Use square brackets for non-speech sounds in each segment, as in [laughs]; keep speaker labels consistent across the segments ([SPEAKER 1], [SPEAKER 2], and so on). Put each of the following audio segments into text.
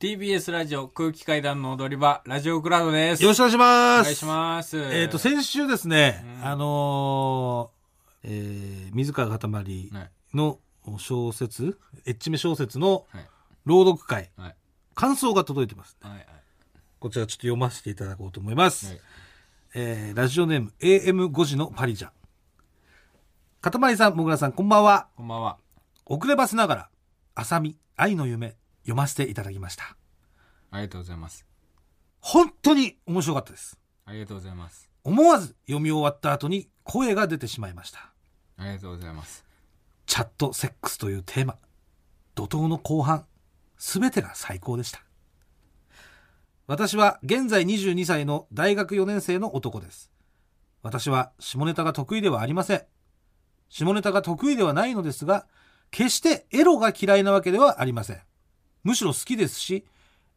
[SPEAKER 1] TBS ラジオ空気階段の踊り場、ラジオクラウドです。
[SPEAKER 2] よろしくお願いします。
[SPEAKER 1] お願いします。
[SPEAKER 2] えっ、と、先週ですね、
[SPEAKER 1] うん
[SPEAKER 2] あのーえー水川かたまり
[SPEAKER 1] はい。
[SPEAKER 2] の小説、エッチめ小説の
[SPEAKER 1] はい。
[SPEAKER 2] 朗読会、
[SPEAKER 1] はい。
[SPEAKER 2] 感想が届いてます。
[SPEAKER 1] はい。はい。
[SPEAKER 2] こちらちょっと読ませていただこうと思います。
[SPEAKER 1] はい
[SPEAKER 2] えーラジオネーム AM5 時のパリジャン。かたまりさん、もぐらさん、こんばんは。
[SPEAKER 1] こんばんは。
[SPEAKER 2] 遅ればせながら、あさみ、愛の夢、読ませていただきました。
[SPEAKER 1] ありがとうございます。
[SPEAKER 2] 本当に面白かったです。
[SPEAKER 1] ありがとうございます。
[SPEAKER 2] 思わず読み終わった後に声が出てしまいました。
[SPEAKER 1] ありがとうございます。
[SPEAKER 2] チャットセックスというテーマ怒涛の後半全てが最高でした私は現在22歳の大学4年生の男です私は下ネタが得意ではありません下ネタが得意ではないのですが決してエロが嫌いなわけではありませんむしろ好きですし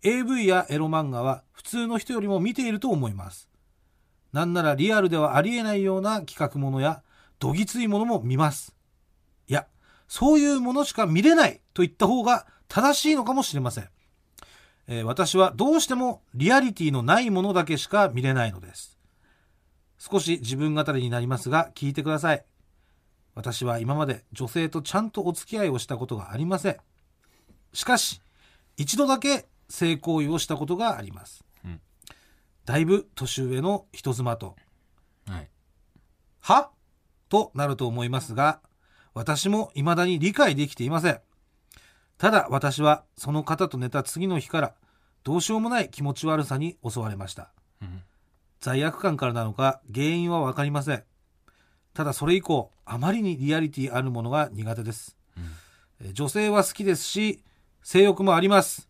[SPEAKER 2] AV やエロ漫画は普通の人よりも見ていると思いますなんならリアルではありえないような企画ものやどぎついものも見ますいや、そういうものしか見れないと言った方が正しいのかもしれません。えー私はどうしてもリアリティのないものだけしか見れないのです。少し自分語りになりますが聞いてください。私は今まで女性とちゃんとお付き合いをしたことがありません。しかし、一度だけ性行為をしたことがあります。
[SPEAKER 1] うん
[SPEAKER 2] だいぶ年上の人妻と
[SPEAKER 1] はい。
[SPEAKER 2] はとなると思いますが、私も未だに理解できていません。ただ私はその方と寝た次の日からどうしようもない気持ち悪さに襲われました。
[SPEAKER 1] うん。
[SPEAKER 2] 罪悪感からなのか原因はわかりません。ただそれ以降、あまりにリアリティあるものが苦手です。えー女性は好きですし、性欲もあります。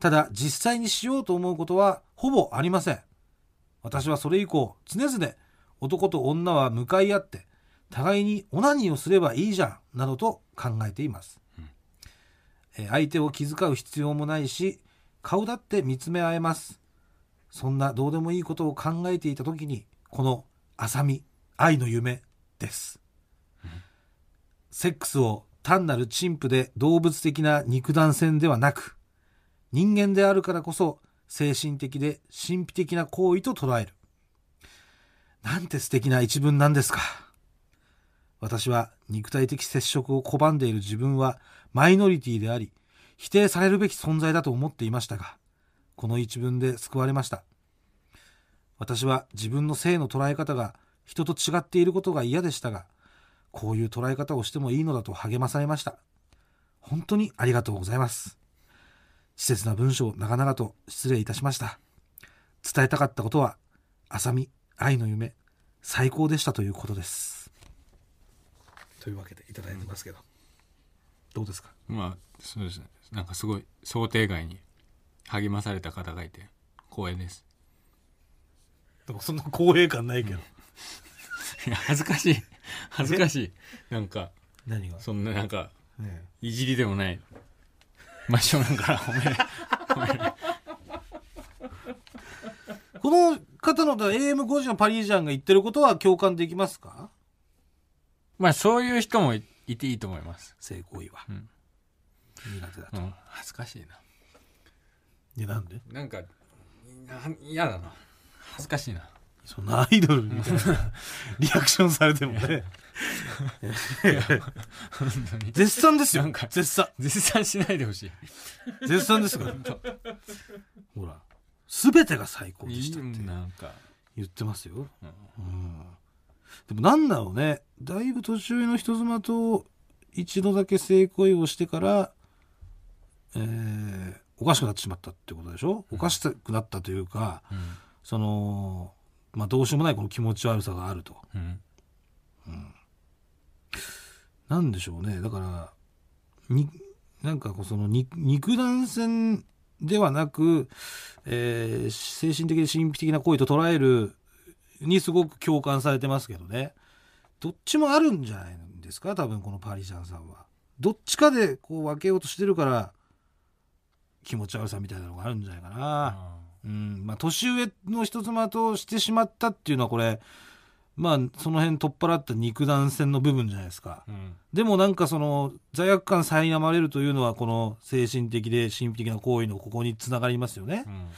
[SPEAKER 2] ただ実際にしようと思うことはほぼありません。私はそれ以降、常々男と女は向かい合って、互いにオナニーをすればいいじゃん、などと考えています。えー相手を気遣う必要もないし、顔だって見つめ合えます。そんなどうでもいいことを考えていた時に、この、浅見、愛の夢です。セックスを単なる陳腐で動物的な肉弾戦ではなく、人間であるからこそ精神的で神秘的な行為と捉える。なんて素敵な一文なんですか。私は肉体的接触を拒んでいる自分はマイノリティであり、否定されるべき存在だと思っていましたが、この一文で救われました。私は自分の性の捉え方が人と違っていることが嫌でしたが、こういう捉え方をしてもいいのだと励まされました。本当にありがとうございます。稚拙な文章を長々と失礼いたしました。伝えたかったことは、浅見、愛の夢、最高でしたということです。というわけでいただいてますけど、どうですか
[SPEAKER 1] まあ、そうですね。なんかすごい想定外に励まされた方がいて、光栄です。
[SPEAKER 2] でもそんな光栄感ないけど。
[SPEAKER 1] いや、恥ずかしい。恥ずかしい。なんか、
[SPEAKER 2] 何が、
[SPEAKER 1] そんななんか、
[SPEAKER 2] ね
[SPEAKER 1] いじりでもない。真正面から褒められ
[SPEAKER 2] [laughs] この方の AM5 時のパリジャンが言ってることは共感できますか
[SPEAKER 1] まあ、そういう人もいいていいと思います。
[SPEAKER 2] 性行為は。
[SPEAKER 1] うん
[SPEAKER 2] 苦手だと。
[SPEAKER 1] うん、恥ずかしいな。
[SPEAKER 2] いや、なんで
[SPEAKER 1] なんか、嫌だな。恥ずかしいな。
[SPEAKER 2] そんなアイドルみたい [laughs] なリアクションされてもね。
[SPEAKER 1] 本当に。
[SPEAKER 2] 絶賛ですよ
[SPEAKER 1] なんか。
[SPEAKER 2] 絶賛。
[SPEAKER 1] 絶賛しないでほしい。
[SPEAKER 2] 絶賛ですから。ほら。すべてが最高でしたって
[SPEAKER 1] なんか、
[SPEAKER 2] 言ってますよ。
[SPEAKER 1] うん
[SPEAKER 2] うん。でもなんだろうね。だいぶ年上の人妻と一度だけ性行為をしてから、えー、おかしくなってしまったってことでしょおかしくなったというか、その、まあ、どうしようもないこの気持ち悪さがあると。
[SPEAKER 1] うん。
[SPEAKER 2] なんでしょうね。だから、に、なんかこうその肉、肉弾戦ではなく、えー精神的で神秘的な行為と捉えるにすごく共感されてますけどね。どっちもあるんじゃないんですか多分このパリジャンさんは。どっちかでこう分けようとしてるから、気持ち悪さみたいなのがあるんじゃないかな。
[SPEAKER 1] あ
[SPEAKER 2] うん、まあ、年上の人妻としてしまったっていうのはこれ、まあその辺取っ払った肉弾戦の部分じゃないですか
[SPEAKER 1] うん
[SPEAKER 2] でもなんかその罪悪感苛まれるというのはこの精神的で神秘的な行為のここにつながりますよね
[SPEAKER 1] うん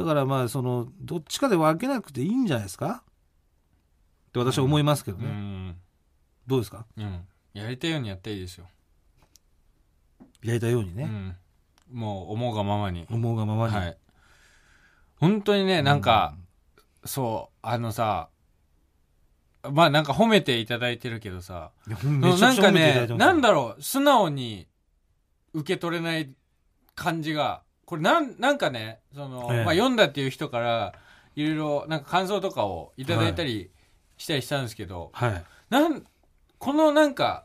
[SPEAKER 2] だからまあそのどっちかで分けなくていいんじゃないですかって私は思いますけど
[SPEAKER 1] う
[SPEAKER 2] ね、
[SPEAKER 1] ん
[SPEAKER 2] どうですか
[SPEAKER 1] うんやりたいようにやったらいいですよ、
[SPEAKER 2] やりたいように
[SPEAKER 1] う
[SPEAKER 2] ね、
[SPEAKER 1] ん、もう思うがままに、
[SPEAKER 2] 思うがままに、
[SPEAKER 1] はい本当にねなんか、そうあのさまあなんか褒めていただいてるけどさ
[SPEAKER 2] いやほんとめちゃ
[SPEAKER 1] な
[SPEAKER 2] く
[SPEAKER 1] ん
[SPEAKER 2] ちゃ
[SPEAKER 1] か
[SPEAKER 2] 褒めて
[SPEAKER 1] ね
[SPEAKER 2] いただいてますよ
[SPEAKER 1] なんだろう素直に受け取れない感じがこれなんなんかねその、
[SPEAKER 2] ええ
[SPEAKER 1] まあ、読んだっていう人からいろいろなんか感想とかをいただいたりしたりしたんですけど、
[SPEAKER 2] はい
[SPEAKER 1] なんこのなんか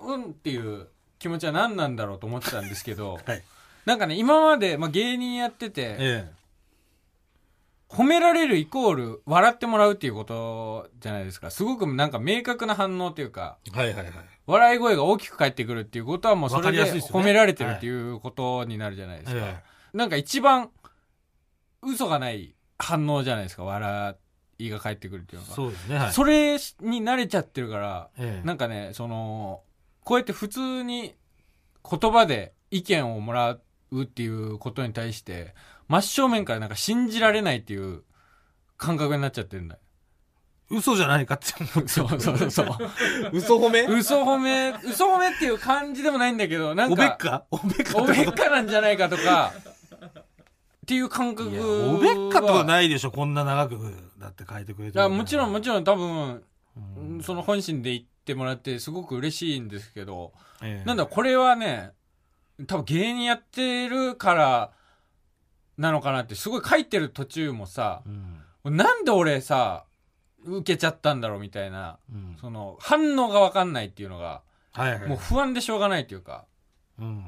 [SPEAKER 1] うんっていう気持ちは何なんだろうと思ってたんですけ
[SPEAKER 2] [laughs]
[SPEAKER 1] ど、
[SPEAKER 2] はい
[SPEAKER 1] なんかね今まで、まあ、芸人やってて、
[SPEAKER 2] え
[SPEAKER 1] 褒められるイコール笑ってもらうっていうことじゃないですかすごくなんか明確な反応というか
[SPEAKER 2] えはいはいはい
[SPEAKER 1] 笑い声が大きく返ってくるっていうことはもうそ
[SPEAKER 2] わか
[SPEAKER 1] れ
[SPEAKER 2] り
[SPEAKER 1] で
[SPEAKER 2] やすいですよね
[SPEAKER 1] 褒められてるっていうことになるじゃないですか、
[SPEAKER 2] え
[SPEAKER 1] なんか一番嘘がない反応じゃないですか笑いが返ってくるっていう
[SPEAKER 2] え
[SPEAKER 1] のが
[SPEAKER 2] そうですねはい
[SPEAKER 1] それに慣れちゃってるから
[SPEAKER 2] ええ
[SPEAKER 1] なんかねそのこうやって普通に言葉で意見をもらうっていうことに対して真正面からなんか信じられないっていう感覚になっちゃってるんだよ。
[SPEAKER 2] 嘘じゃないかって思
[SPEAKER 1] そうそうそうそう。
[SPEAKER 2] う嘘褒め
[SPEAKER 1] 嘘褒め、嘘褒めっていう感じでもないんだけど、なんか、
[SPEAKER 2] おべっかおべっか
[SPEAKER 1] おべっかなんじゃないかとか、っていう感覚
[SPEAKER 2] い
[SPEAKER 1] は
[SPEAKER 2] やおべっかとかないでしょこんな長くだって書いてくれて
[SPEAKER 1] いやもちろんもちろん多分、
[SPEAKER 2] ろ
[SPEAKER 1] その本心で言ってもらってすごく嬉しいんですけど、なんだ
[SPEAKER 2] こ
[SPEAKER 1] これはね多分芸人やってるからなのかなってすごい書いてる途中もさ
[SPEAKER 2] うん
[SPEAKER 1] なんで俺さ受けちゃったんだろうみたいな
[SPEAKER 2] うん
[SPEAKER 1] その反応が分かんないっていうのが
[SPEAKER 2] はいはい
[SPEAKER 1] もう不安でしょうがないっていうか
[SPEAKER 2] うん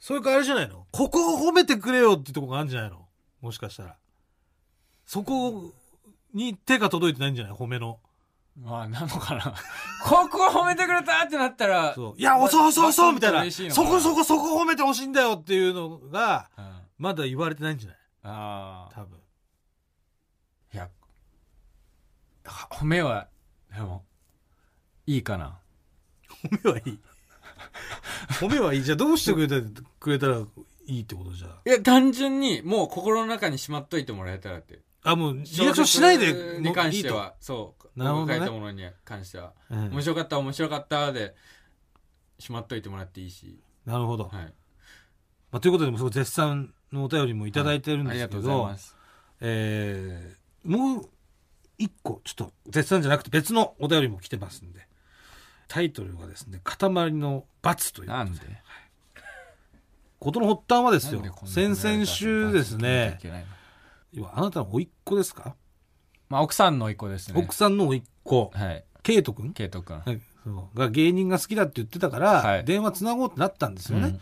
[SPEAKER 2] それかあれじゃないのここを褒めてくれよってとこがあるんじゃないのもしかしたらそこに手が届いてないんじゃない褒めの
[SPEAKER 1] まあなのかな [laughs] ここ褒めてくれたってなったら
[SPEAKER 2] そういや遅い遅い遅いみたい
[SPEAKER 1] 嬉
[SPEAKER 2] な
[SPEAKER 1] しいの
[SPEAKER 2] そ
[SPEAKER 1] かな
[SPEAKER 2] こそこそこ褒めてほしいんだよっていうのが
[SPEAKER 1] うん
[SPEAKER 2] まだ言われてないんじゃない
[SPEAKER 1] ああ
[SPEAKER 2] 多分
[SPEAKER 1] いやは褒めはでもいいかな
[SPEAKER 2] 褒めはい
[SPEAKER 1] [laughs]
[SPEAKER 2] い褒めはいいじゃあどうしてくれたくれたらいいってことじゃあ
[SPEAKER 1] いや単純にもう心の中にしまっといてもらえたらって
[SPEAKER 2] あ、もう、リアクションしないでもういいと、
[SPEAKER 1] に関してはそう
[SPEAKER 2] なるほど
[SPEAKER 1] 僕
[SPEAKER 2] ね
[SPEAKER 1] が書いたものに関しては、
[SPEAKER 2] うん。
[SPEAKER 1] 面白かった面白かったでしまっといてもらっていいし、
[SPEAKER 2] なるほど。
[SPEAKER 1] はい、
[SPEAKER 2] まあ、ということで、もうすごい絶賛のお便りもいただいてるん
[SPEAKER 1] あ
[SPEAKER 2] で
[SPEAKER 1] りが
[SPEAKER 2] すけ
[SPEAKER 1] とうござい
[SPEAKER 2] ど、
[SPEAKER 1] ます
[SPEAKER 2] えーもう一個、ちょっと絶賛じゃなくて別のお便りも来てますんで、タイトルがですね、塊の罰という。
[SPEAKER 1] なんで
[SPEAKER 2] ことの発端はです
[SPEAKER 1] なん
[SPEAKER 2] よ
[SPEAKER 1] でこ、んな
[SPEAKER 2] 先々週ですね、要はあなたの甥っ子ですか、
[SPEAKER 1] まあ奥さんの一個ですね
[SPEAKER 2] 奥さんの甥っ子、
[SPEAKER 1] はい
[SPEAKER 2] ケイト君
[SPEAKER 1] 圭斗君
[SPEAKER 2] はいそうが芸人が好きだって言ってたから、
[SPEAKER 1] はい
[SPEAKER 2] 電話つなごうってなったんですよね。
[SPEAKER 1] うん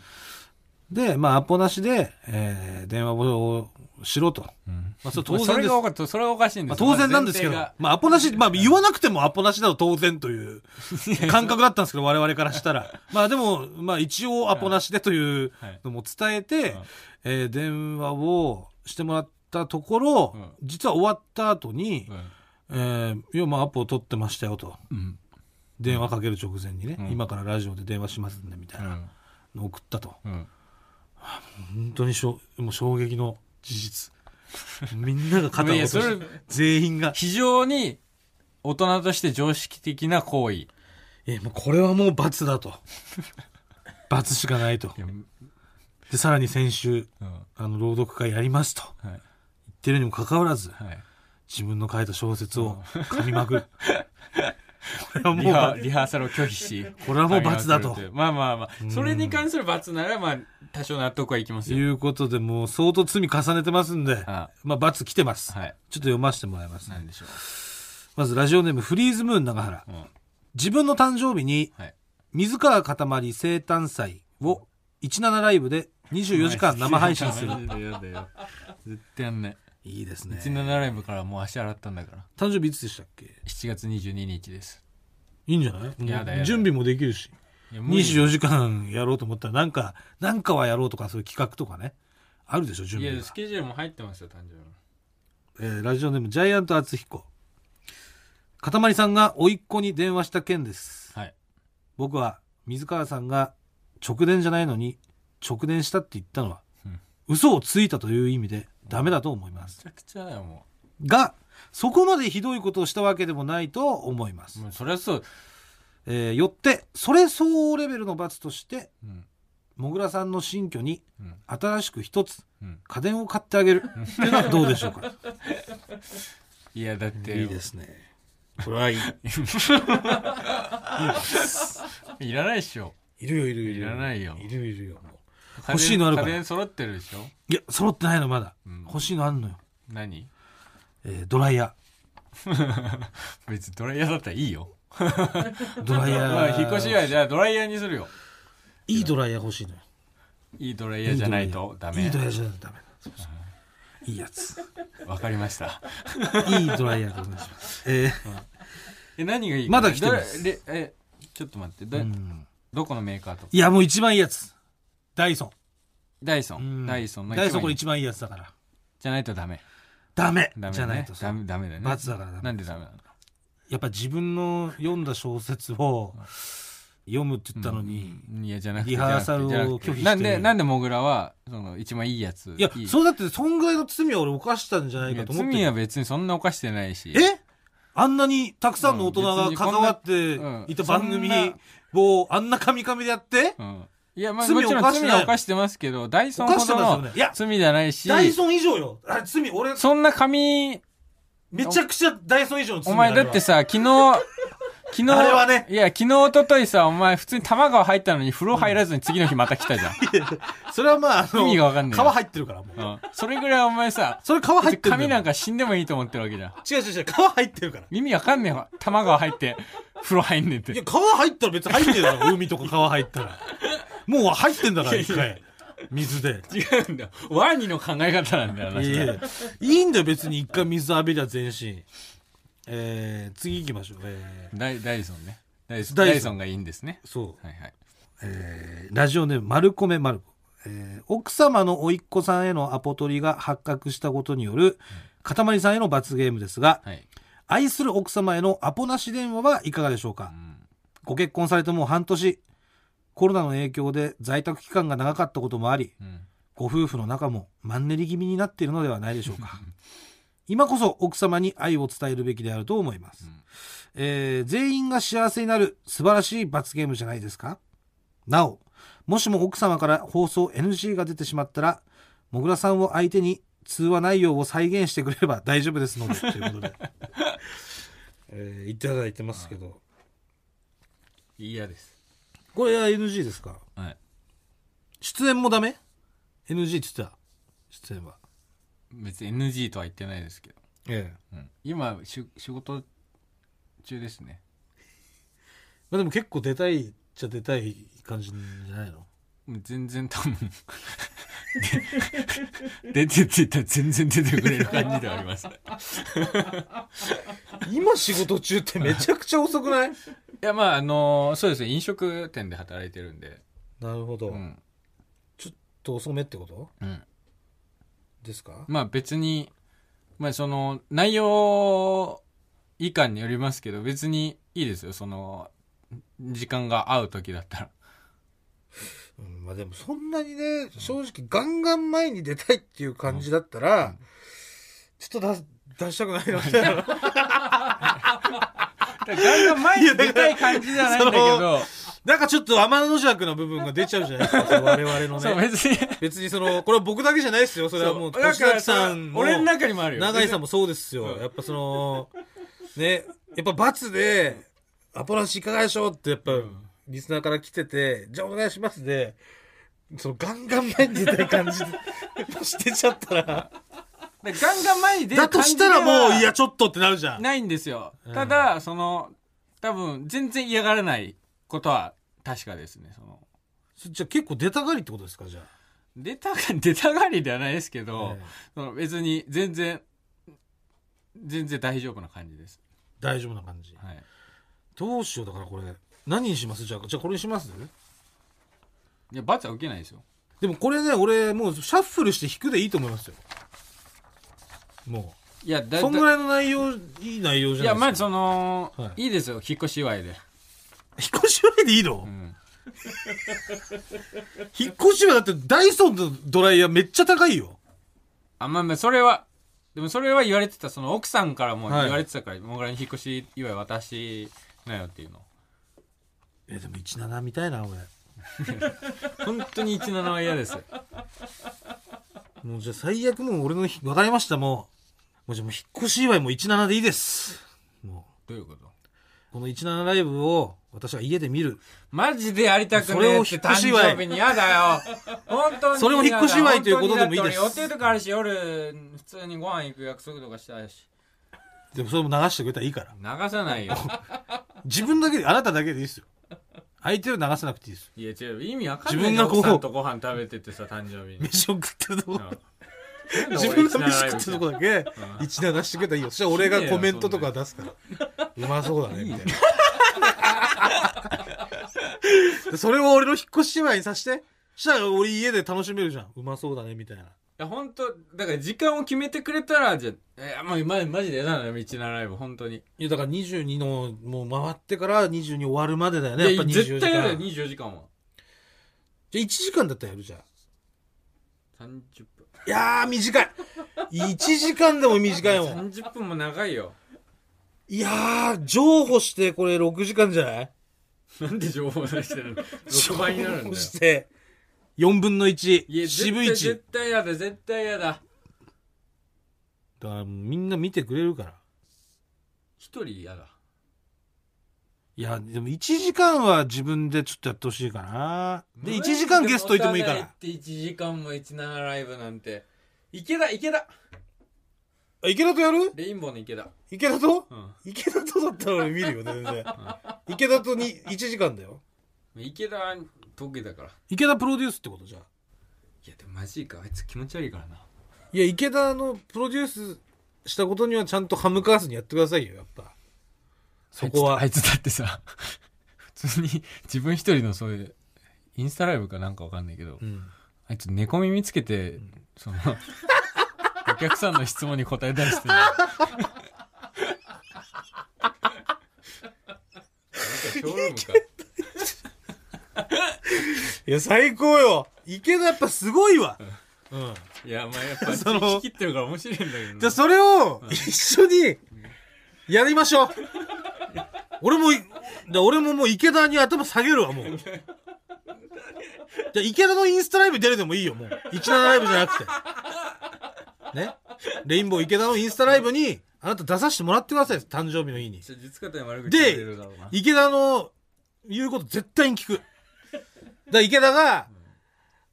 [SPEAKER 2] で、まあ、アポなしで、えー電話をしろと。
[SPEAKER 1] うん
[SPEAKER 2] まあ、それ
[SPEAKER 1] まあ
[SPEAKER 2] 当
[SPEAKER 1] そ
[SPEAKER 2] 然
[SPEAKER 1] れ
[SPEAKER 2] です。
[SPEAKER 1] がおかそれがおかしいん
[SPEAKER 2] ま
[SPEAKER 1] です
[SPEAKER 2] あ、
[SPEAKER 1] よ
[SPEAKER 2] 当然なんですけど、
[SPEAKER 1] 前
[SPEAKER 2] まあ、アポなし、まあ、言わなくてもアポなしだと当然
[SPEAKER 1] [laughs]
[SPEAKER 2] という
[SPEAKER 1] 提が
[SPEAKER 2] 感覚だったんですけど、我々からしたら。 [laughs] まあ、でも、まあ、一応アポなしでという
[SPEAKER 1] はい
[SPEAKER 2] のも伝えて、
[SPEAKER 1] うん
[SPEAKER 2] えー電話をしてもらったところ、
[SPEAKER 1] うん
[SPEAKER 2] 実は終わった後に、
[SPEAKER 1] うん
[SPEAKER 2] えー、いや、まあ、アポを取ってましたよと。
[SPEAKER 1] うん
[SPEAKER 2] 電話かける直前にね、
[SPEAKER 1] うん
[SPEAKER 2] 今からラジオで電話しますんで、みたいうなんのを送ったと。
[SPEAKER 1] うん
[SPEAKER 2] 本当にしょもう衝撃の事実みんなが肩を
[SPEAKER 1] い
[SPEAKER 2] 落
[SPEAKER 1] や
[SPEAKER 2] と
[SPEAKER 1] それ
[SPEAKER 2] して全員が
[SPEAKER 1] 非常に大人として常識的な行為い
[SPEAKER 2] 「えもうこれはもう罰だ」と「罰しかないと
[SPEAKER 1] やうん」
[SPEAKER 2] でさらに先週
[SPEAKER 1] は
[SPEAKER 2] あの朗読会やりますと
[SPEAKER 1] い
[SPEAKER 2] 言ってるにもかかわらず
[SPEAKER 1] はい
[SPEAKER 2] 自分の書いた小説を噛みま
[SPEAKER 1] [laughs]
[SPEAKER 2] くるこれは
[SPEAKER 1] リハ
[SPEAKER 2] もう
[SPEAKER 1] リハーサルを拒否し
[SPEAKER 2] これ [laughs] はもう罰だと
[SPEAKER 1] 神が来るいうまあまあま
[SPEAKER 2] う
[SPEAKER 1] あ
[SPEAKER 2] ん
[SPEAKER 1] それに関する罰ならまあ多少納得はいきます
[SPEAKER 2] と
[SPEAKER 1] よ
[SPEAKER 2] いうことでもう相当罪重ねてますんで
[SPEAKER 1] あ
[SPEAKER 2] まあ罰来てますちょっ
[SPEAKER 1] はい
[SPEAKER 2] と読ませてもらいます
[SPEAKER 1] なんでしょ
[SPEAKER 2] まずラジオネームフリーズムーン長原
[SPEAKER 1] う、うん、
[SPEAKER 2] 自分の誕生日に
[SPEAKER 1] はい
[SPEAKER 2] 水川かたまり生誕祭を17ライブで24時間生配信する
[SPEAKER 1] やだよやだよ絶対やん [laughs] ない
[SPEAKER 2] いいですね
[SPEAKER 1] 17ライブからもう足洗ったんだから
[SPEAKER 2] 誕生日いつでしたっけ
[SPEAKER 1] 7月22日です
[SPEAKER 2] いいんじゃない
[SPEAKER 1] やだやだ
[SPEAKER 2] 準備もできるし
[SPEAKER 1] いや無理
[SPEAKER 2] 24時間やろうと思ったらなんかなんかはやろうとかそういう企画とかねあるでしょ準
[SPEAKER 1] い
[SPEAKER 2] 備
[SPEAKER 1] や
[SPEAKER 2] が
[SPEAKER 1] スケジュールも入ってますよ誕生日
[SPEAKER 2] えーラジオネームジャイアント厚彦かたまりさんが甥っ子に電話した件です
[SPEAKER 1] はい
[SPEAKER 2] 僕は水川さんが直電じゃないのに直電したって言ったのは
[SPEAKER 1] うん
[SPEAKER 2] 嘘をついたという意味でダメだと思いま
[SPEAKER 1] め
[SPEAKER 2] す
[SPEAKER 1] ちゃくちゃだよも
[SPEAKER 2] がそこまでひどいことをしたわけでもないと思いま
[SPEAKER 1] う
[SPEAKER 2] す、
[SPEAKER 1] もうそりゃそう、
[SPEAKER 2] えーよってそれ相応レベルの罰として
[SPEAKER 1] うん
[SPEAKER 2] もぐらさんの新居に
[SPEAKER 1] うん
[SPEAKER 2] 新しく一つ
[SPEAKER 1] うん、
[SPEAKER 2] 家電を買ってあげるっていうのはどうでしょうか
[SPEAKER 1] [laughs] いやだって
[SPEAKER 2] すねこれはいい
[SPEAKER 1] [laughs] いらないっしょ
[SPEAKER 2] いるよいるよ
[SPEAKER 1] いらないよ
[SPEAKER 2] いるよいるよもう
[SPEAKER 1] 家電
[SPEAKER 2] 欲しいのあるから
[SPEAKER 1] 家電揃ってるでしょ、
[SPEAKER 2] いや揃ってないのまだ
[SPEAKER 1] うん、
[SPEAKER 2] 欲しいのあんのよ、
[SPEAKER 1] 何 [laughs]
[SPEAKER 2] えードライヤ
[SPEAKER 1] 別にドライヤーだったらいいよ [laughs]
[SPEAKER 2] ードライヤ
[SPEAKER 1] まあ
[SPEAKER 2] ー
[SPEAKER 1] 引っ越し祝いじゃあドライヤーにするよ
[SPEAKER 2] いいドライヤー欲しいのよ
[SPEAKER 1] いいドライヤーじゃないとダ
[SPEAKER 2] い
[SPEAKER 1] メ
[SPEAKER 2] いドライヤーじゃないとダメそうそういいやつ
[SPEAKER 1] わかりました
[SPEAKER 2] いいドライヤーでお願いしますえー
[SPEAKER 1] え何がいい
[SPEAKER 2] まだ来てます
[SPEAKER 1] どれえちょっと待ってど,、
[SPEAKER 2] うん
[SPEAKER 1] どこのメーカーとか
[SPEAKER 2] いやもう一番いいやつダイソ
[SPEAKER 1] ダイソン
[SPEAKER 2] ン、
[SPEAKER 1] ダイソンの一
[SPEAKER 2] ダ
[SPEAKER 1] 番い
[SPEAKER 2] イ
[SPEAKER 1] い
[SPEAKER 2] ソンこれ一番いいやつだから
[SPEAKER 1] じゃないとダメ
[SPEAKER 2] ダメ
[SPEAKER 1] ダメだね
[SPEAKER 2] じゃないと
[SPEAKER 1] ダメダメだよね
[SPEAKER 2] 罰だからダメ
[SPEAKER 1] なんでダメなの
[SPEAKER 2] やっぱ自分の読んだ小説を読むって言ったのに、
[SPEAKER 1] いやじゃなくて
[SPEAKER 2] リハーサルを
[SPEAKER 1] じゃなくて
[SPEAKER 2] 拒否してる
[SPEAKER 1] なんでなんでモグラはその一番いいやつ
[SPEAKER 2] いや
[SPEAKER 1] い
[SPEAKER 2] そうだってそんぐらいの罪は俺犯したんじゃないい
[SPEAKER 1] や
[SPEAKER 2] かと思って
[SPEAKER 1] 罪は別にそんな犯してないし
[SPEAKER 2] えあんなにたくさんの大人が関わって
[SPEAKER 1] うん
[SPEAKER 2] いた番組
[SPEAKER 1] そんな
[SPEAKER 2] をあんなカミカミでやって
[SPEAKER 1] うんいやまあ
[SPEAKER 2] 罪
[SPEAKER 1] もちろん
[SPEAKER 2] 犯して
[SPEAKER 1] 罪
[SPEAKER 2] ない
[SPEAKER 1] は犯してますけどダイソンほ
[SPEAKER 2] 犯して
[SPEAKER 1] ど
[SPEAKER 2] ますよ
[SPEAKER 1] の
[SPEAKER 2] ねいや
[SPEAKER 1] 罪じゃないし
[SPEAKER 2] ダイソン以上よあれ罪俺
[SPEAKER 1] そんな髪
[SPEAKER 2] めちゃくちゃダイソン以上の罪
[SPEAKER 1] お前だってさ、昨日、昨日、
[SPEAKER 2] あれはね
[SPEAKER 1] いや、昨日、一昨日さ、お前普通に玉川入ったのに風呂入らずに次の日また来たじゃん。
[SPEAKER 2] [laughs] それはまああ
[SPEAKER 1] 意味がわかんね
[SPEAKER 2] の皮
[SPEAKER 1] えな
[SPEAKER 2] 入ってるからもう
[SPEAKER 1] うん。それぐらいお前さ、
[SPEAKER 2] それ皮入ってる
[SPEAKER 1] 髪なん
[SPEAKER 2] か
[SPEAKER 1] か死んでもいいと思ってるわけじゃん。
[SPEAKER 2] 違う違う違う皮入ってるから
[SPEAKER 1] 意味わかんねえわ。玉川入って、風呂入んねえっ
[SPEAKER 2] いや
[SPEAKER 1] て。
[SPEAKER 2] 皮入ったら別に入ってるだろ海とか皮入った
[SPEAKER 1] [laughs]
[SPEAKER 2] らもう入ってんだから一回水で
[SPEAKER 1] 違うんだよ。ワニの考え方なんだよな。
[SPEAKER 2] いやいやいいんだよ別に一回水浴びりゃ全身えー、次行きましょうえ
[SPEAKER 1] ダイダイソンね。ダイソン
[SPEAKER 2] ダイソ
[SPEAKER 1] ダ
[SPEAKER 2] ン
[SPEAKER 1] イソンがいいんですね。
[SPEAKER 2] ー、そう
[SPEAKER 1] はいはい。
[SPEAKER 2] えーラジオネーム、マルコメマルコ。えー奥様の甥っ子さんへのアポ取りが発覚したことによる、かたまりさんへの罰ゲームですが、
[SPEAKER 1] はい。
[SPEAKER 2] 愛する奥様へのアポなし電話はいかがでしょう
[SPEAKER 1] う
[SPEAKER 2] か
[SPEAKER 1] ん
[SPEAKER 2] ご結婚されてもう半年、コロナの影響で在宅期間が長かったこともあり、
[SPEAKER 1] うん
[SPEAKER 2] ご夫婦の仲もマンネリ気味になっているのではないでしょうか。今こそ奥様に愛を伝えるべきであると思います。
[SPEAKER 1] うん
[SPEAKER 2] えー全員が幸せになる素晴らしい罰ゲームじゃないですかなおもしも奥様から放送 NG が出てしまったらもぐらさんを相手に通話内容を再現してくれれば大丈夫ですの [laughs] でということで、えーいただいてますけど
[SPEAKER 1] 嫌です。
[SPEAKER 2] これは NG ですか
[SPEAKER 1] はい。
[SPEAKER 2] 出演もダメ ?NG って言ってた出演は
[SPEAKER 1] 別に NG とは言ってないですけど。
[SPEAKER 2] ええ
[SPEAKER 1] うん今、し仕事中ですね。
[SPEAKER 2] まあ、でも結構出たいっちゃ出たい感じじゃないの
[SPEAKER 1] 全然多分 [laughs] で出てって言ったら全然出てくれる感じではありますい
[SPEAKER 2] 今仕事中ってめちゃくちゃ遅くない
[SPEAKER 1] やまああのそうですね飲食店で働いてるんで
[SPEAKER 2] [laughs] なるほど、
[SPEAKER 1] うん、
[SPEAKER 2] ちょっと遅めってこと
[SPEAKER 1] うん、
[SPEAKER 2] ですか
[SPEAKER 1] まあ別にまあその内容以下によりますけど別にいいですよその時間が合う時だったら
[SPEAKER 2] うん、まあでもそんなにね、正直ガンガン前に出たいっていう感じだったら、ちょっと [laughs] 出出したくないなみたいな
[SPEAKER 1] だんだん前に出たい感じじゃないんだけど
[SPEAKER 2] [laughs] なんかちょっと天の弱な部分が出ちゃうじゃないですか、その我々の
[SPEAKER 1] そう
[SPEAKER 2] ね。
[SPEAKER 1] 別に
[SPEAKER 2] 別にその、これは僕だけじゃないです [laughs] よ、それはもう、
[SPEAKER 1] そうだ
[SPEAKER 2] 星
[SPEAKER 1] から
[SPEAKER 2] 崎さんも、
[SPEAKER 1] 俺の中にもあるよ
[SPEAKER 2] 長井さんもそうですよ。
[SPEAKER 1] うん
[SPEAKER 2] やっぱその、ね、やっぱ罰で、アポなしいかがでしょうって、やっぱ、
[SPEAKER 1] うん
[SPEAKER 2] リスナーから来てて、じゃあお願いしますで、そのガンガン前に出たい感じで、 [laughs] してちゃったら、
[SPEAKER 1] だからガンガン前に出る
[SPEAKER 2] だと
[SPEAKER 1] 感じ
[SPEAKER 2] し
[SPEAKER 1] で
[SPEAKER 2] た
[SPEAKER 1] は
[SPEAKER 2] らもう、いや、ちょっとってなるじゃん。
[SPEAKER 1] ないんですよ。
[SPEAKER 2] うん
[SPEAKER 1] ただ、その、多分、全然嫌がらないことは確かですね。その、
[SPEAKER 2] そじゃあ結構出たがりってことですか、じゃあ。
[SPEAKER 1] 出たが、 [laughs] 出たがりではないですけど、
[SPEAKER 2] ええ
[SPEAKER 1] その別に全然、全然大丈夫な感じです。
[SPEAKER 2] 大丈夫な感じ。
[SPEAKER 1] はい。
[SPEAKER 2] どうしよう、だからこれ。何にしますじゃあ、じゃあこれにします
[SPEAKER 1] いや、罰は受けないですよ。
[SPEAKER 2] でもこれね、俺、もうシャッフルして引くでいいと思いますよ。もう。
[SPEAKER 1] いやだ
[SPEAKER 2] そんぐらいの内容いい内容じ
[SPEAKER 1] い
[SPEAKER 2] ゃ
[SPEAKER 1] や
[SPEAKER 2] ない
[SPEAKER 1] ま
[SPEAKER 2] で
[SPEAKER 1] あ
[SPEAKER 2] すか
[SPEAKER 1] その、、
[SPEAKER 2] はい
[SPEAKER 1] いですよ引っ越し祝いで、
[SPEAKER 2] 引っ越し祝いでいいの、
[SPEAKER 1] うん、
[SPEAKER 2] 引っ越し祝いだってダイソンのドライヤーめっちゃ高いよ
[SPEAKER 1] あまあまあそれはでもそれは言われてたその奥さんからも言
[SPEAKER 2] はい
[SPEAKER 1] われてたから、もぐらに引っ越し祝い渡しなよっていうの
[SPEAKER 2] えでも17みたいな俺
[SPEAKER 1] 本当に17は嫌です
[SPEAKER 2] もうじゃあ最悪もう俺のひ分かりましたもうもうじゃあもう引っ越し祝いも17でいいですも
[SPEAKER 1] どういうこと
[SPEAKER 2] うこの17ライブを私は家で見る
[SPEAKER 1] マジでやりたくねえって
[SPEAKER 2] それを引っ
[SPEAKER 1] 誕
[SPEAKER 2] 越し祝い
[SPEAKER 1] 生日にやだ
[SPEAKER 2] [laughs]
[SPEAKER 1] よ本当に
[SPEAKER 2] それを引っ越し祝いということでもいいです
[SPEAKER 1] 本当にだって俺予定とかあるし夜普通にご飯行く約束とかしたいし
[SPEAKER 2] でもそれも流してくれたらいいから
[SPEAKER 1] 流さない
[SPEAKER 2] [laughs]
[SPEAKER 1] よ
[SPEAKER 2] 自分だけであなただけでいいですよ相手を流さなくていいです
[SPEAKER 1] いや違う意味わかんない
[SPEAKER 2] 自分がこう
[SPEAKER 1] 奥さんとご飯食べててさ誕生日に
[SPEAKER 2] 飯を食ってるとこ
[SPEAKER 1] うん
[SPEAKER 2] 自分が飯食ってるとこだけ17してくれたらいいよそしたら俺がコメントとか出すからうまそうだねみたいな [laughs] それを俺の引っ越し祝いにさしてそしたら俺家で楽しめるじゃんうまそうだねみたいない
[SPEAKER 1] や本当だから時間を決めてくれたらじゃえもうママジで嫌なのよ道なライブ本当に、
[SPEAKER 2] いやだから22のもう回ってから22終わるまでだよ
[SPEAKER 1] い
[SPEAKER 2] ねや
[SPEAKER 1] や
[SPEAKER 2] っぱ
[SPEAKER 1] 絶
[SPEAKER 2] 24時
[SPEAKER 1] 対嫌だよ
[SPEAKER 2] 間じゃ
[SPEAKER 1] 24時間は
[SPEAKER 2] あ1時間だったらやるじゃん
[SPEAKER 1] 30分
[SPEAKER 2] いやー短い1時間でも短いもん
[SPEAKER 1] 30分も長いよ
[SPEAKER 2] いやー譲歩してこれ6時間じゃない
[SPEAKER 1] なんで情報出してるの ?6 倍になるんだよ
[SPEAKER 2] そ。して、4分の
[SPEAKER 1] いや、
[SPEAKER 2] 1、
[SPEAKER 1] 絶
[SPEAKER 2] 渋
[SPEAKER 1] 対、
[SPEAKER 2] い1。
[SPEAKER 1] 絶対やだ、絶対やだ。
[SPEAKER 2] だからもうみんな見てくれるから。
[SPEAKER 1] 一人やだ。
[SPEAKER 2] いや、でも1時間は自分でちょっとやってほしいかな。で、1時間ゲストいてもいいか
[SPEAKER 1] 持た
[SPEAKER 2] ら。
[SPEAKER 1] ないって1時間も17ライブなんて。池田、池田
[SPEAKER 2] あ池田とやる
[SPEAKER 1] レインボーの池田。
[SPEAKER 2] 池田と
[SPEAKER 1] うん。
[SPEAKER 2] 池田とだったら俺見るよ、全然。池田とに1時間だよ。
[SPEAKER 1] 池田は得意だから。い
[SPEAKER 2] 池田プロデュースってことじゃあ。
[SPEAKER 1] や、でもマジか。あいつ気持ち悪いからな。
[SPEAKER 2] いや、池田のプロデュースしたことにはちゃんと歯向かわずにやってくださいよ、やっぱ。そこは
[SPEAKER 1] あ。いつあいつだってさ、 [laughs] 普通に自分一人のそういう、インスタライブかなんかわかんないけど、
[SPEAKER 2] うん。
[SPEAKER 1] あいつ猫耳つけて、その、お客さんの質問に答え出してる。ショールームか。
[SPEAKER 2] いや、最高よ。池田やっぱすごいわ。うん。
[SPEAKER 1] いや、まあやっぱ、
[SPEAKER 2] その
[SPEAKER 1] 聞き切ってるから面白いんだけど
[SPEAKER 2] じゃ
[SPEAKER 1] な
[SPEAKER 2] あ。それを一緒にやりましょう。俺もい、だ俺ももう池田に頭下げるわ、もう。じゃあ池田のインスタライブ出るでもいいよ、もう。17ライブじゃなくて。ね。レインボー池田のインスタライブに、あなた出させてもらってください、誕生日の日に。
[SPEAKER 1] ちょ実方に悪口
[SPEAKER 2] で
[SPEAKER 1] 言ってるだろうな。
[SPEAKER 2] 池田の言うこと絶対に聞く。だから池田が、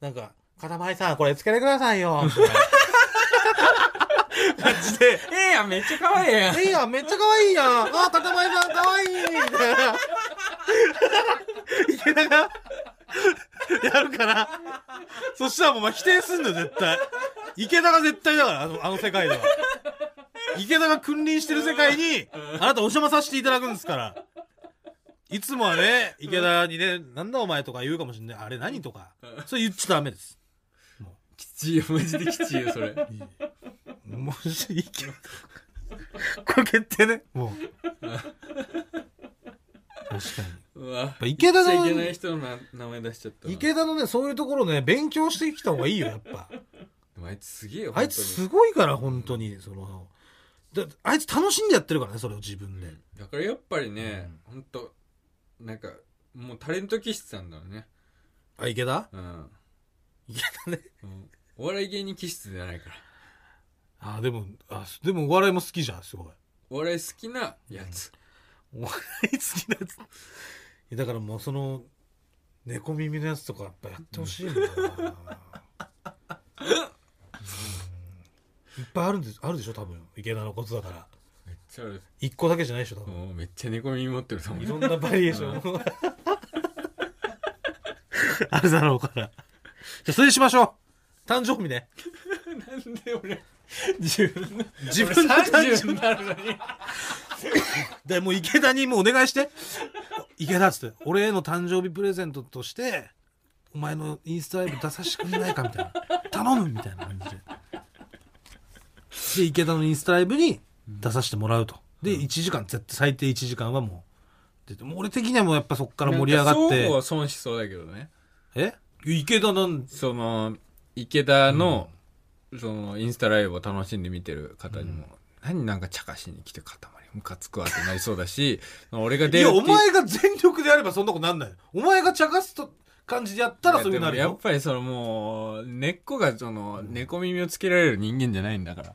[SPEAKER 2] なんか、片前さん、これつけてくださいよ。みたいな感じで。
[SPEAKER 1] ええやん、めっちゃ可愛いやん。
[SPEAKER 2] いいやん、めっちゃ可愛いやん。あー、片前さん可愛いみたいな。池田が、やるから。そしたらもうお前否定すんの、絶対。池田が絶対だから、あの、あの世界では。池田が君臨してる世界に、あなたお邪魔させていただくんですから。いつもはね、池田にね、なんだお前とか言うかもしんない。あれ何とか。それ言っちゃダメです。
[SPEAKER 1] きちいよ、マジできちいよ、それ。
[SPEAKER 2] もし、いけこれ決定ね。もう。確か
[SPEAKER 1] うわ。
[SPEAKER 2] に。池田
[SPEAKER 1] 言っちゃいけな
[SPEAKER 2] の、
[SPEAKER 1] い人のな名前出しちゃったな。
[SPEAKER 2] 池田のね、そういうところね、勉強してきた方がいいよ、やっぱ。
[SPEAKER 1] でもあいつすげえよ、
[SPEAKER 2] あいつすごいから、本当に。その、だあいつ楽しんでやってるからね、それを自分
[SPEAKER 1] 本当
[SPEAKER 2] で。
[SPEAKER 1] にだからやっぱりね、ほんと、なんか、もうタレント気質なんだろうね。
[SPEAKER 2] あ、池田
[SPEAKER 1] うん。
[SPEAKER 2] 池田ね。
[SPEAKER 1] うんお笑い芸人気質じゃないから。
[SPEAKER 2] あ、でも、あ、でもお笑いも好きじゃん、すごい。
[SPEAKER 1] お笑い好きなやつ。
[SPEAKER 2] お笑い好きなやついや。だからもうその、猫耳のやつとかやっぱやってほしいんだよな、 [laughs] うんいっぱいあるんです、あるでしょ多分。池田のことだから。
[SPEAKER 1] めっちゃある。
[SPEAKER 2] 一個だけじゃないでしょ多分。
[SPEAKER 1] もうめっちゃ猫耳持ってると思。
[SPEAKER 2] いうろんなバリエーションもあるだろうから。じゃあそれにしましょう誕生日ね。
[SPEAKER 1] なんで俺、自分の、
[SPEAKER 2] 自分の誕生日
[SPEAKER 1] に。なるのに。
[SPEAKER 2] で、もう池田にもうお願いして。池田っつって、俺への誕生日プレゼントとして、お前のインスタライブ出させてくれないかみたいな。頼むみたいな感じで。で池田のインスタライブに出させてもらうとで1時間絶対最低1時間はもうでもう俺的にはもうやっぱそこから盛り上がっ
[SPEAKER 1] なんか双方
[SPEAKER 2] て
[SPEAKER 1] は損しそうだけどね
[SPEAKER 2] え池田なん
[SPEAKER 1] その池田の、そのインスタライブを楽しんで見てる方にも、何なんか茶化しに来て塊ムカつくわってなりそうだし [laughs] 俺が
[SPEAKER 2] い
[SPEAKER 1] 出る
[SPEAKER 2] や
[SPEAKER 1] って
[SPEAKER 2] お前が全力でやればそんなことなんないよお前が茶化すと感じでやったらそういうふうにないる
[SPEAKER 1] やでもやっ
[SPEAKER 2] よ
[SPEAKER 1] ぱりそのもう根っこがその猫耳をつけられる人間じゃないんだから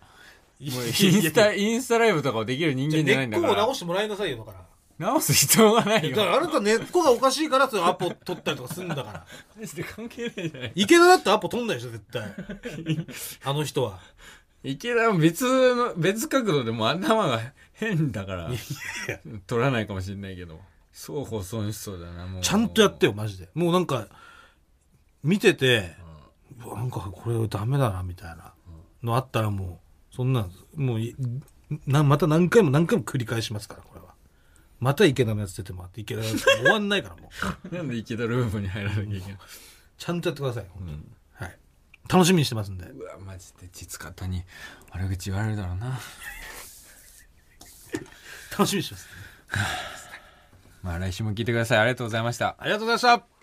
[SPEAKER 2] い
[SPEAKER 1] もう
[SPEAKER 2] や
[SPEAKER 1] イン
[SPEAKER 2] いや
[SPEAKER 1] スタインスタライブとかをできる人
[SPEAKER 2] じゃあ
[SPEAKER 1] 間じゃないん
[SPEAKER 2] 根
[SPEAKER 1] だ
[SPEAKER 2] っ
[SPEAKER 1] か
[SPEAKER 2] こを
[SPEAKER 1] ら
[SPEAKER 2] 直してもらいなさいよだから
[SPEAKER 1] 直す必要はない
[SPEAKER 2] だか
[SPEAKER 1] よ
[SPEAKER 2] らあなた根っこがおかしいからそれアポ取ったりとかするんだ
[SPEAKER 1] [laughs]
[SPEAKER 2] から
[SPEAKER 1] マジで関係ないじゃない
[SPEAKER 2] 池田だってアポ取んないでしょ絶対
[SPEAKER 1] [laughs]
[SPEAKER 2] あの人は
[SPEAKER 1] 池田は別の別角度でもう頭が変だから
[SPEAKER 2] や
[SPEAKER 1] 取らないかもしれないけど双方損しそうだなもう
[SPEAKER 2] ちゃんとやってよマジでもうなんか見てて、うわなんかこれダメだなみたいなのあったらもうそんなんもういなまた何回も何回も繰り返しますからこれはまた池田のやつ出てもらって池田のやつ終わんないからもう
[SPEAKER 1] なんで池田ルームに入らなきゃいけない、
[SPEAKER 2] ちゃんとやってください、本当
[SPEAKER 1] う
[SPEAKER 2] に
[SPEAKER 1] ん
[SPEAKER 2] はい、楽しみにしてますんで
[SPEAKER 1] うわマジで実方に悪口言われるだろうな
[SPEAKER 2] 楽しみにしてます
[SPEAKER 1] まあ来週も聞いてくださいありがとうございました
[SPEAKER 2] ありがとうございました